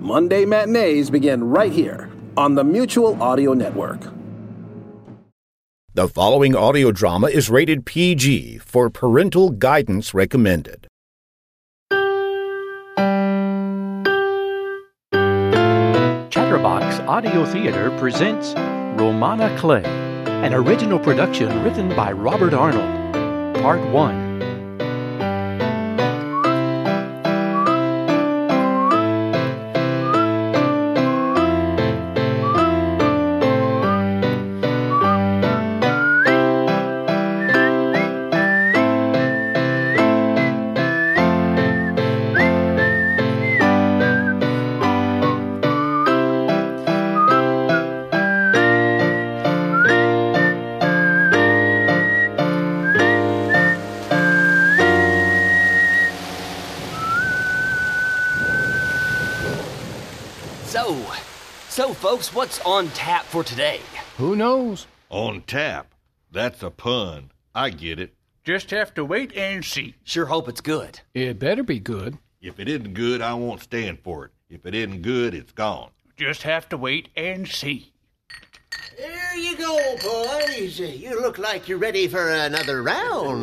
Monday matinees begin right here on the Mutual Audio Network. The following audio drama is rated PG for parental guidance recommended. Chatterbox Audio Theater presents Romana Clay, an original production written by Robert Arnold. Part 1. So, so folks, what's on tap for today? Who knows? On tap. That's a pun. I get it. Just have to wait and see. Sure hope it's good. It better be good. If it isn't good, I won't stand for it. If it isn't good, it's gone. Just have to wait and see. There you go, boys. You look like you're ready for another round.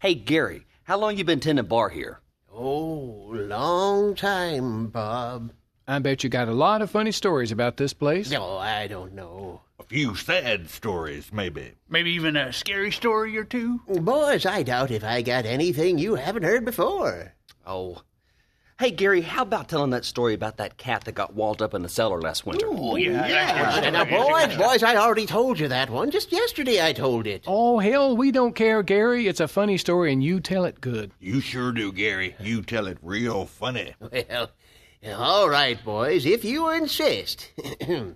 Hey Gary, how long you been tending bar here? Oh, long time, Bob. I bet you got a lot of funny stories about this place. No, Oh, I don't know. A few sad stories, maybe. Maybe even a scary story or two. Boys, I doubt if I got anything you haven't heard before. Oh. Hey Gary, how about telling that story about that cat that got walled up in the cellar last winter? Yeah, now, boys, boys, I already told you that one. Just yesterday I told it. Oh, hell, we don't care, Gary. It's a funny story and you tell it good. You sure do, Gary. You tell it real funny. Well, all right, boys, if you insist.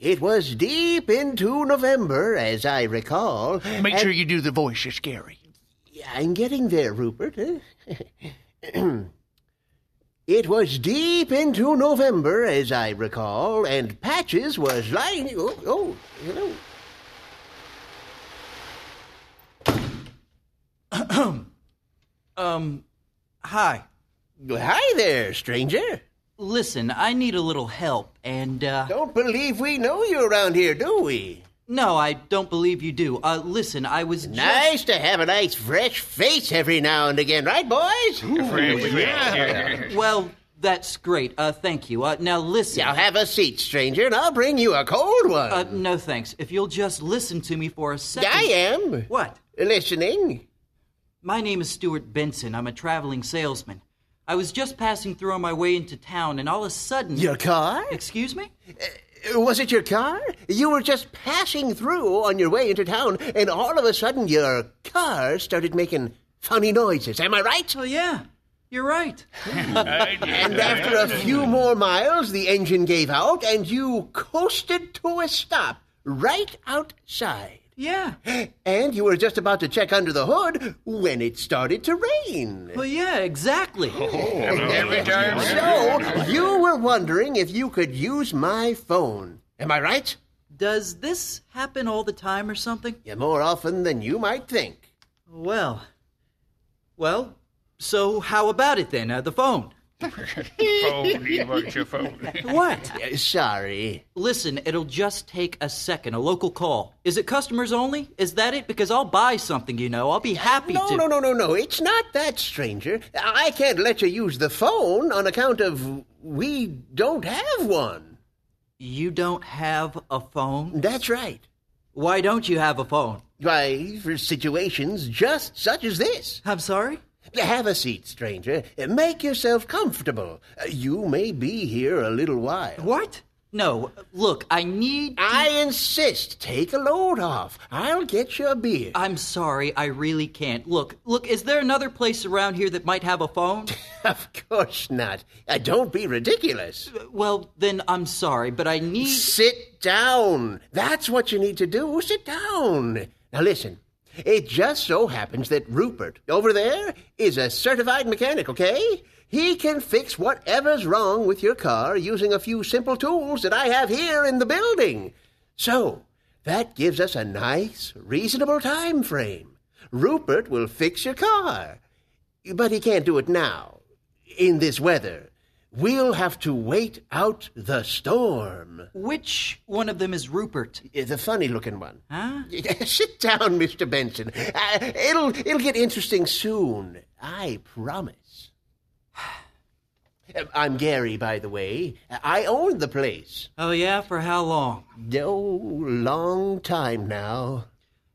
it was deep into November, as I recall. Make sure you do the voice of scary. I'm getting there, Rupert. eh? it was deep into November, as I recall, and Patches was lying. Oh, oh hello. Um, hi. Hi there, stranger. Listen, I need a little help, and, uh, Don't believe we know you around here, do we? no, I don't believe you do. Uh, listen, I was just- Nice to have a nice fresh face every now and again, right, boys? Well, that's great. Uh, thank you. Uh, now listen. Now have a seat, stranger, and I'll bring you a cold one. uh, no thanks. If you'll just listen to me for a second. I am What? listening. My name is Stuart Benson. I'm a traveling salesman. I was just passing through on my way into town, and all of a sudden. Your car? Excuse me? Was it your car? You were just passing through on your way into town, and all of a sudden your car started making funny noises. Am I right? Oh, yeah. You're right. And after a few more miles, the engine gave out, and you coasted to a stop right outside. Yeah. And you were just about to check under the hood when it started to rain. Well, yeah, exactly. So you were wondering if you could use my phone. Am I right? Does this happen all the time or something? Yeah, more often than you might think. Well, well, so how about it then? Uh, the phone. phone, you want your phone. What? Uh, Sorry. Listen, it'll just take a second. A local call. Is it customers only? Is that it? Because I'll buy something, you know. I'll be happy No, to. no, no, no, no. It's not that, stranger. I can't let you use the phone on account of we don't have one. You don't have a phone? That's right. Why don't you have a phone? Why, for situations just such as this. I'm sorry? Have a seat, stranger. Make yourself comfortable. Uh, You may be here a little while. What? No, look, I need. I insist. Take a load off. I'll get you a beer. I'm sorry, I really can't. Look, look, is there another place around here that might have a phone? Of course not. Uh, Don't be ridiculous. well, then I'm sorry, but I need. Sit down. That's what you need to do. Sit down. Now listen. It just so happens that Rupert over there is a certified mechanic, okay? He can fix whatever's wrong with your car using a few simple tools that I have here in the building. So, that gives us a nice, reasonable time frame. Rupert will fix your car. But he can't do it now, in this weather. We'll have to wait out the storm. Which one of them is Rupert? Uh, The funny looking one. Huh? Sit down, Mr. Benson. Uh, it'll, it'll get interesting soon. I promise. Uh, I'm Gary, by the way. I own the place. Oh, yeah, for how long? Oh, long time now.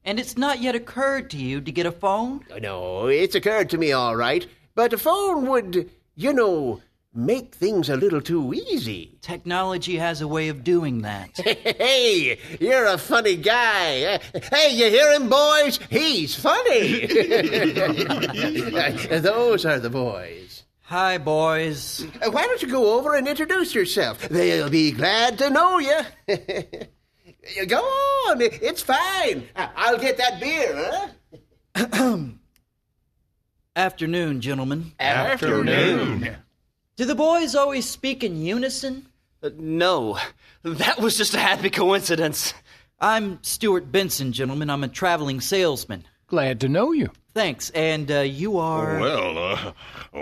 And it's not yet occurred to you to get a phone? No, it's occurred to me all right, but a phone would, you know, make things a little too easy. Technology has a way of doing that. Hey, you're a funny guy. Uh, Hey, you hear him, boys? He's funny. Uh, Those are the boys. Hi, boys. Uh, Why don't you go over and introduce yourself? They'll be glad to know you. go on, it's fine. I- I'll get that beer, huh? Afternoon, gentlemen. Afternoon. Do the boys always speak in unison? Uh, no, that was just a happy coincidence. I'm Stuart Benson, gentlemen. I'm a traveling salesman. Glad to know you. Thanks. And uh, you are. Well, uh,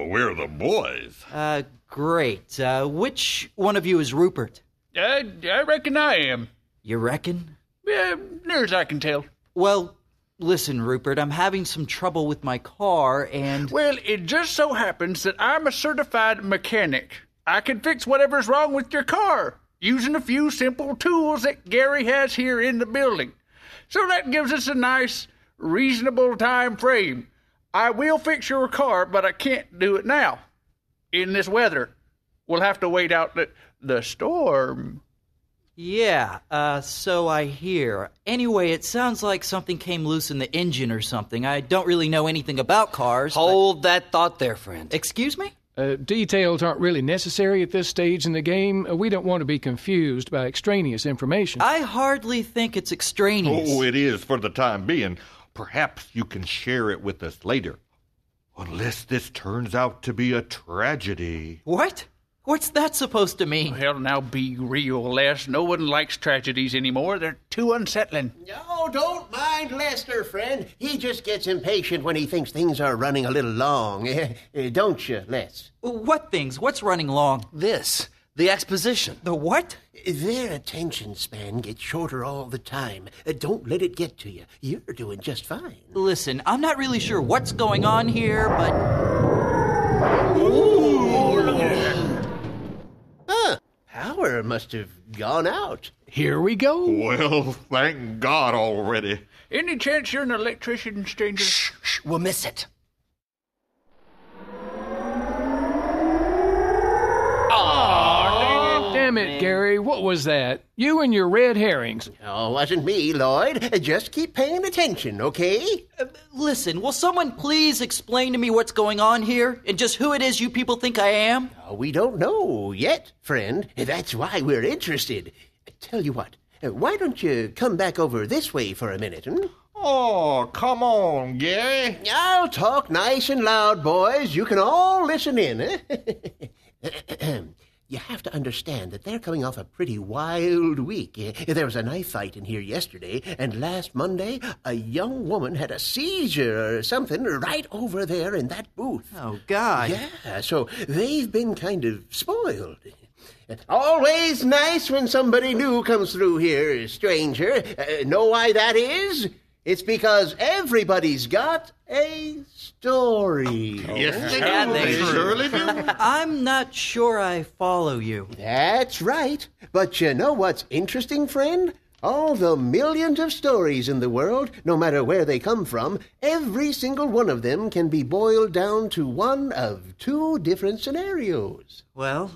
we're the boys. Uh, great. Uh, which one of you is Rupert? I, I reckon I am. You reckon? Yeah, near as I can tell. Well, listen, Rupert, I'm having some trouble with my car and. Well, it just so happens that I'm a certified mechanic. I can fix whatever's wrong with your car using a few simple tools that Gary has here in the building. So that gives us a nice, reasonable time frame. I will fix your car, but I can't do it now. In this weather, we'll have to wait out the, the storm. Yeah, uh, so I hear. Anyway, it sounds like something came loose in the engine or something. I don't really know anything about cars. but- Hold that thought there, friend. Excuse me? Uh, details aren't really necessary at this stage in the game. Uh, we don't want to be confused by extraneous information. I hardly think it's extraneous. Oh, it is for the time being. Perhaps you can share it with us later. Unless this turns out to be a tragedy. What? What's that supposed to mean? Well, now be real, Les. No one likes tragedies anymore. They're too unsettling. No, don't mind Lester, friend. He just gets impatient when he thinks things are running a little long. Eh, eh, Don't you, Les? What things? What's running long? This, the exposition. The what? Their attention span gets shorter all the time. Eh, Don't let it get to you. You're doing just fine. Listen, I'm not really sure what's going on here, but Power must have gone out. Here we go. Well, thank God already. Any chance you're an electrician, stranger? Shh, we'll miss it. Damn it, Gary. What was that? You and your red herrings. Oh, wasn't me, Lloyd. Eh, Just keep paying attention, okay? uh, listen, will someone please explain to me what's going on here and just who it is you people think I am? Uh, We don't know yet, friend. Uh, That's why we're interested. Uh, Tell you what, eh, why don't you come back over this way for a minute? Hmm? Oh, come on, Gary. I'll talk nice and loud, boys. You can all listen in. eh? you have to understand that they're coming off a pretty wild week. Eh, There was a knife fight in here yesterday, and last Monday, a young woman had a seizure or something right over there in that booth. Oh, God. Yeah, so they've been kind of spoiled. Always nice when somebody new comes through here, stranger. Uh, know why that is? It's because everybody's got a story. Yes, they Yeah, do. they They do. surely do. I'm not sure I follow you. That's right. But you know what's interesting, friend? All the millions of stories in the world, no matter where they come from, every single one of them can be boiled down to one of two different scenarios. Well,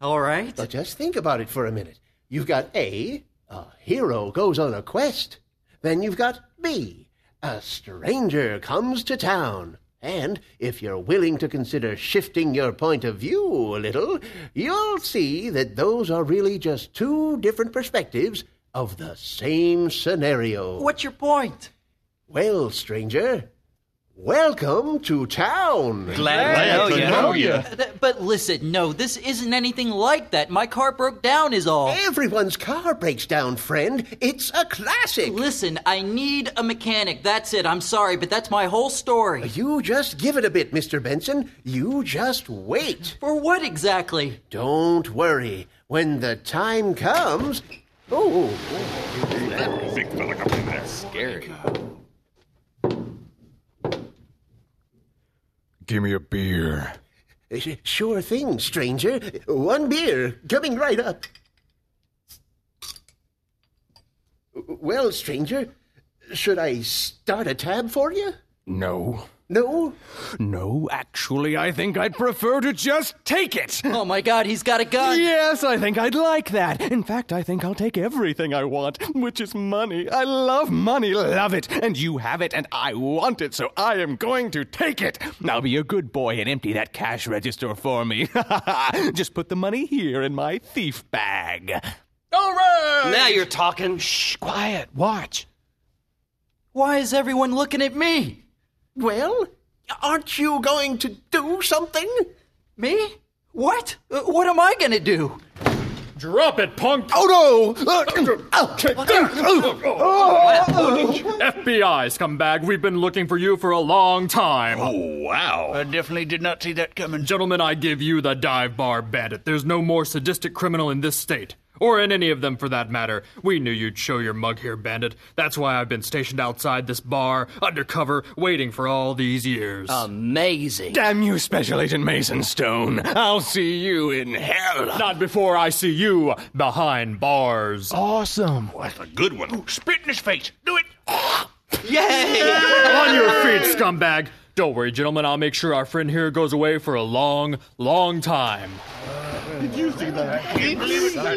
all right. But just think about it for a minute. You've got A, a hero goes on a quest. Then you've got B, a stranger comes to town. And if you're willing to consider shifting your point of view a little, you'll see that those are really just two different perspectives of the same scenario. What's your point? Well, stranger, Welcome to town. Glad to know you. Th- But listen, no, this isn't anything like that. My car broke down, is all. Everyone's car breaks down, friend. It's a classic. Listen, I need a mechanic. That's it. I'm sorry, but that's my whole story. You just give it a bit, Mr. Benson. You just wait. For what exactly? Don't worry. When the time comes. Oh, Big fella up in there. Gary. Give me a beer. sure thing, stranger. One beer coming right up. Well, stranger, should I start a tab for you? No. No? No, actually, I think I'd prefer to just take it. Oh my god, he's got a gun. Yes, I think I'd like that. In fact, I think I'll take everything I want, which is money. I love money, love it. And you have it, and I want it, so I am going to take it. Now be a good boy and empty that cash register for me. Just put the money here in my thief bag. All right. Now you're talking. Shh, quiet. Watch. Why is everyone looking at me? Well, aren't you going to do something? Me? What? Uh, What am I gonna do? Drop it, punk. Oh no! FBI scumbag. We've been looking for you for a long time. Wow. I definitely did not see that coming. Gentlemen, I give you the dive bar bandit. There's no more sadistic criminal in this state. Or in any of them for that matter. We knew you'd show your mug here, bandit. That's why I've been stationed outside this bar, undercover, waiting for all these years. Amazing. Damn you, Special Agent Mason Stone. I'll see you in hell. Not before I see you behind bars. Awesome. Oh, That's a good one. Spit in his face. Do it. Yay! On your feet, scumbag! Don't worry, gentlemen, I'll make sure our friend here goes away for a long, long time. I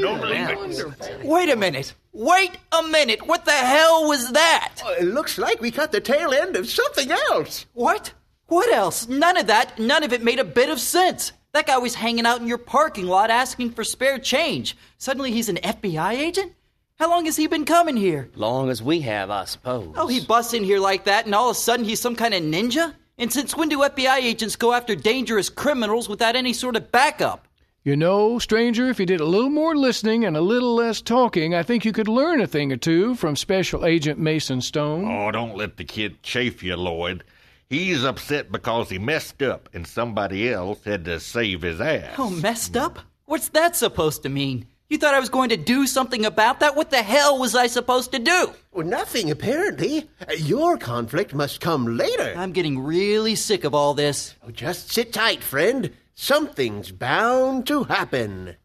don't believe it. Wait a minute. Wait a minute. What the hell was that? It looks like we caught the tail end of something else. What? What else? None of that. None of it made a bit of sense. That guy was hanging out in your parking lot asking for spare change. Suddenly he's an FBI agent? How long has he been coming here? Long as we have, I suppose. Oh, he busts in here like that, and all of a sudden he's some kind of ninja? And since when do FBI agents go after dangerous criminals without any sort of backup? You know, stranger, if you did a little more listening and a little less talking, I think you could learn a thing or two from Special Agent Mason Stone. Oh, don't let the kid chafe you, Lloyd. He's upset because he messed up and somebody else had to save his ass. Oh, messed up? What's that supposed to mean? You thought I was going to do something about that? What the hell was I supposed to do? Well, nothing, apparently. Your conflict must come later. Uh. I'm getting really sick of all this. Oh, Just sit tight, friend. Something's bound to happen.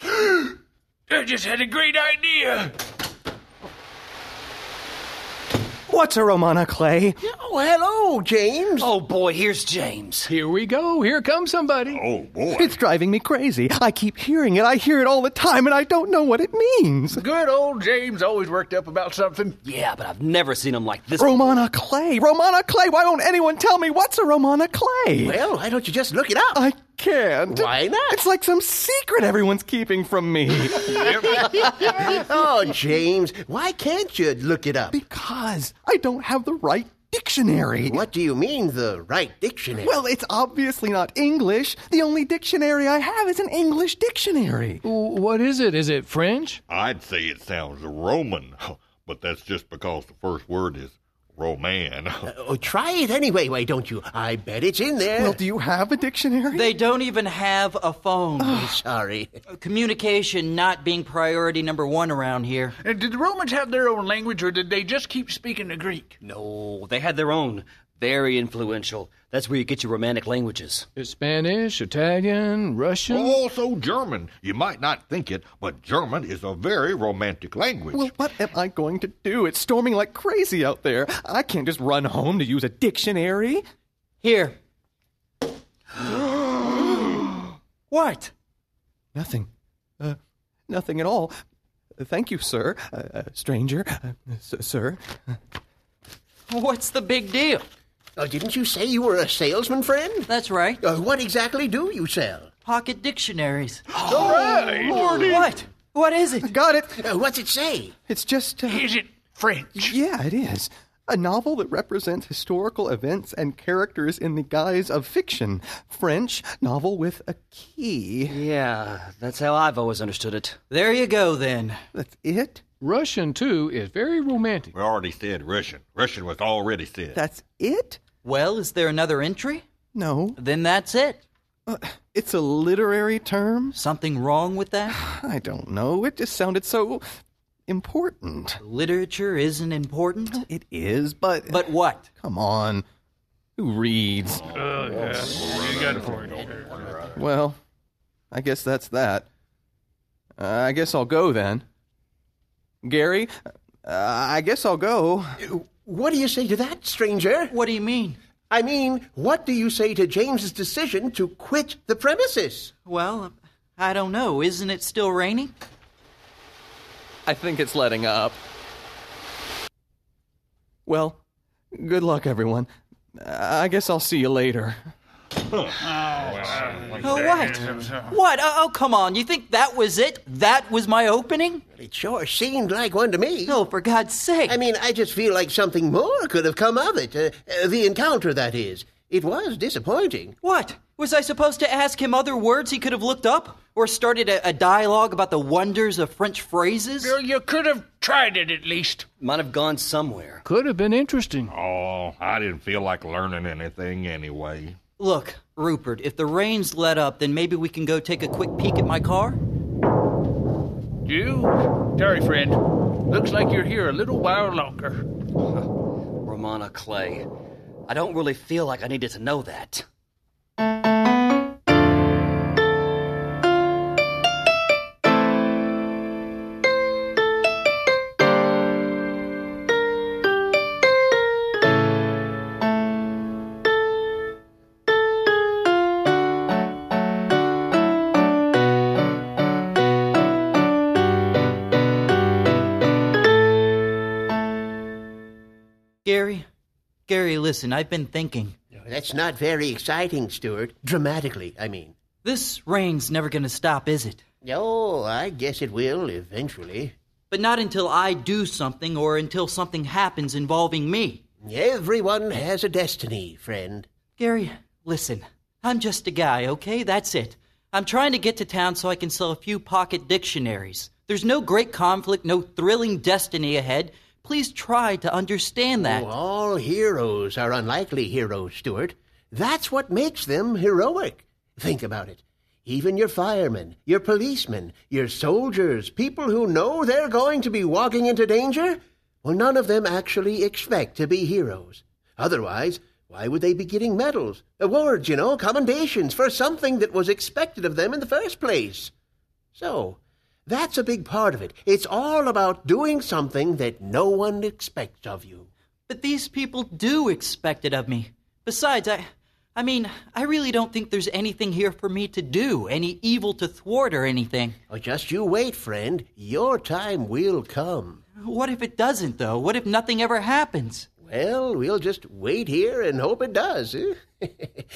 I just had a great idea. What's a Romana Clay? Oh, hello, James. Oh, boy, here's James. Here we go. Here comes somebody. Oh, boy. It's driving me crazy. I keep hearing it. I hear it all the time, and I don't know what it means. Good old James always worked up about something. Yeah, but I've never seen him like this. Romana Clay, Romana Clay. Why won't anyone tell me what's a Romana Clay? Well, why don't you just look it up? I can't. Why not? It's like some secret everyone's keeping from me. oh, James, why can't you look it up? because I don't have the right dictionary. What do you mean, the right dictionary? Well, it's obviously not English. The only dictionary I have is an English dictionary. W- What is it? Is it French? I'd say it sounds Roman, but that's just because the first word is Roman. oh, try it anyway, why don't you? I bet it's in there. Well, do you have a dictionary? They don't even have a phone. Sorry. Communication not being priority number one around here. And did the Romans have their own language, or did they just keep speaking the Greek? No, they had their own. Very influential. That's where you get your romantic languages. It's Spanish, Italian, Russian? also Oh, German. You might not think it, but German is a very romantic language. well, what am I going to do? It's storming like crazy out there. I can't just run home to use a dictionary. Here. What? Nothing. Uh, nothing at all. Uh, Thank you, sir. Uh, uh, stranger. Uh, s- sir. What's the big deal? Oh, didn't you say you were a salesman, friend? That's right. Uh, what exactly do you sell? Pocket dictionaries. All right, Lordy. What? What is it? Got it. Uh, what's it say? It's just. Uh, Is it French? yeah, it is. A novel that represents historical events and characters in the guise of fiction. French novel with a key. Yeah, that's how I've always understood it. There you go, then. That's it? Russian, too, is very romantic. We already said Russian. Russian was already said. That's it? Well, is there another entry? No. Then that's it. It's a literary term? Something wrong with that? I don't know. It just sounded so important. Literature isn't important? It is, but. But what? Come on. Who reads? Well, I guess that's that. Uh, I guess I'll go then. Gary, uh, I guess I'll go. What do you say to that, stranger? What do you mean? I mean, what do you say to James's decision to quit the premises? Well, I don't know. Isn't it still raining? I think it's letting up. Well, good luck, everyone. Uh, I guess I'll see you later. Oh, what? What? Oh, oh, come on. You think that was it? That was my opening? It sure seemed like one to me. No, for God's sake. I mean, I just feel like something more could have come of it. Uh, uh, the encounter, that is. It was disappointing. What? Was I supposed to ask him other words he could have looked up? Or started a, a dialogue about the wonders of French phrases? Well, you could have tried it at least. Might have gone somewhere. Could have been interesting. Oh, I didn't feel like learning anything anyway. Look, Rupert, if the rain's let up, then maybe we can go take a quick peek at my car? You? Sorry, friend. Looks like you're here a little while longer. Romana Clay. I don't really feel like I needed to know that. Gary? Gary, listen, I've been thinking. That's not very exciting, Stuart. Dramatically, I mean. This rain's never gonna stop, is it? Oh, I guess it will eventually. But not until I do something or until something happens involving me. Everyone has a destiny, friend. Gary, listen. I'm just a guy, okay? That's it. I'm trying to get to town so I can sell a few pocket dictionaries. There's no great conflict, no thrilling destiny ahead. Please try to understand that. Oh, all heroes are unlikely heroes, Stuart. That's what makes them heroic. Think about it. Even your firemen, your policemen, your soldiers, people who know they're going to be walking into danger, well, none of them actually expect to be heroes. Otherwise, why would they be getting medals, awards, you know, commendations for something that was expected of them in the first place? So, that's a big part of it. It's all about doing something that no one expects of you. But these people do expect it of me. Besides, I I mean, I really don't think there's anything here for me to do, any evil to thwart or anything. Oh, just you wait, friend. Your time will come. What if it doesn't though? What if nothing ever happens? Well, we'll just wait here and hope it does. eh?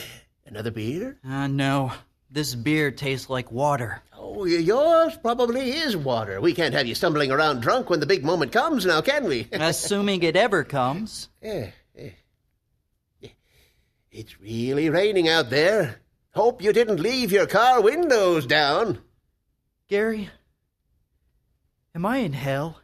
Another beer? Ah, no. This beer tastes like water. Oh, y- yours probably is water. We can't have you stumbling around drunk when the big moment comes now, can we? Assuming it ever comes. Eh, eh. it's really raining out there. Hope you didn't leave your car windows down. Gary, am I in hell?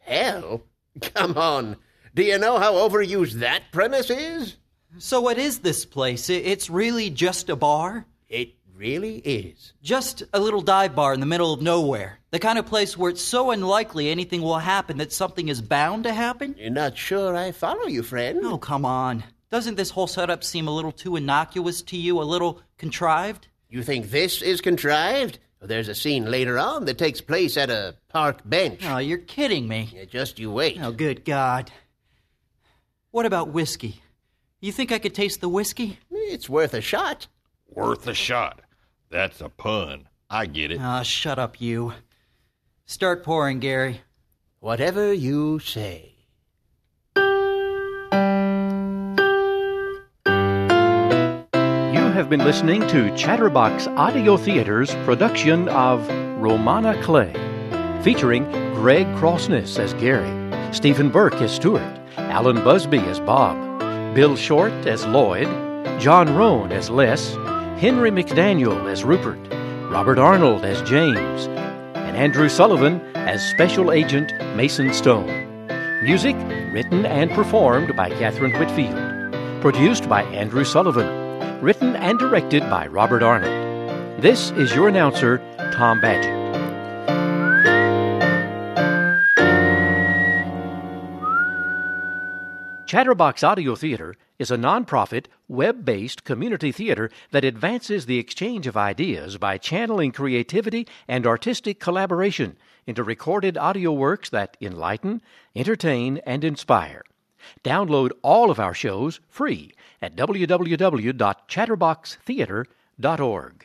Hell? Come on. Do you know how overused that premise is? So what is this place? I- It's really just a bar? It really is. Just a little dive bar in the middle of nowhere. The kind of place where it's so unlikely anything will happen that something is bound to happen? You're not sure I follow you, friend. Oh, come on. Doesn't this whole setup seem a little too innocuous to you, a little contrived? You think this is contrived? There's a scene later on that takes place at a park bench. Oh, you're kidding me. Yeah, Just you wait. Oh, good God. What about whiskey? You think I could taste the whiskey? It's worth a shot. Worth a shot. That's a pun. I get it. Ah, shut up, you. Start pouring, Gary. Whatever you say. You have been listening to Chatterbox Audio Theater's production of Romana Clay, featuring Greg Crossness as Gary, Stephen Burke as Stuart, Alan Busby as Bob, Bill Short as Lloyd, John Roan as Les, Henry McDaniel as Rupert, Robert Arnold as James, and Andrew Sullivan as Special Agent Mason Stone. Music written and performed by Catherine Whitfield. Produced by Andrew Sullivan. Written and directed by Robert Arnold. This is your announcer, Tom Badgett. Chatterbox Audio Theater is a nonprofit, web based community theater that advances the exchange of ideas by channeling creativity and artistic collaboration into recorded audio works that enlighten, entertain, and inspire. Download all of our shows free at www.chatterboxtheater.org.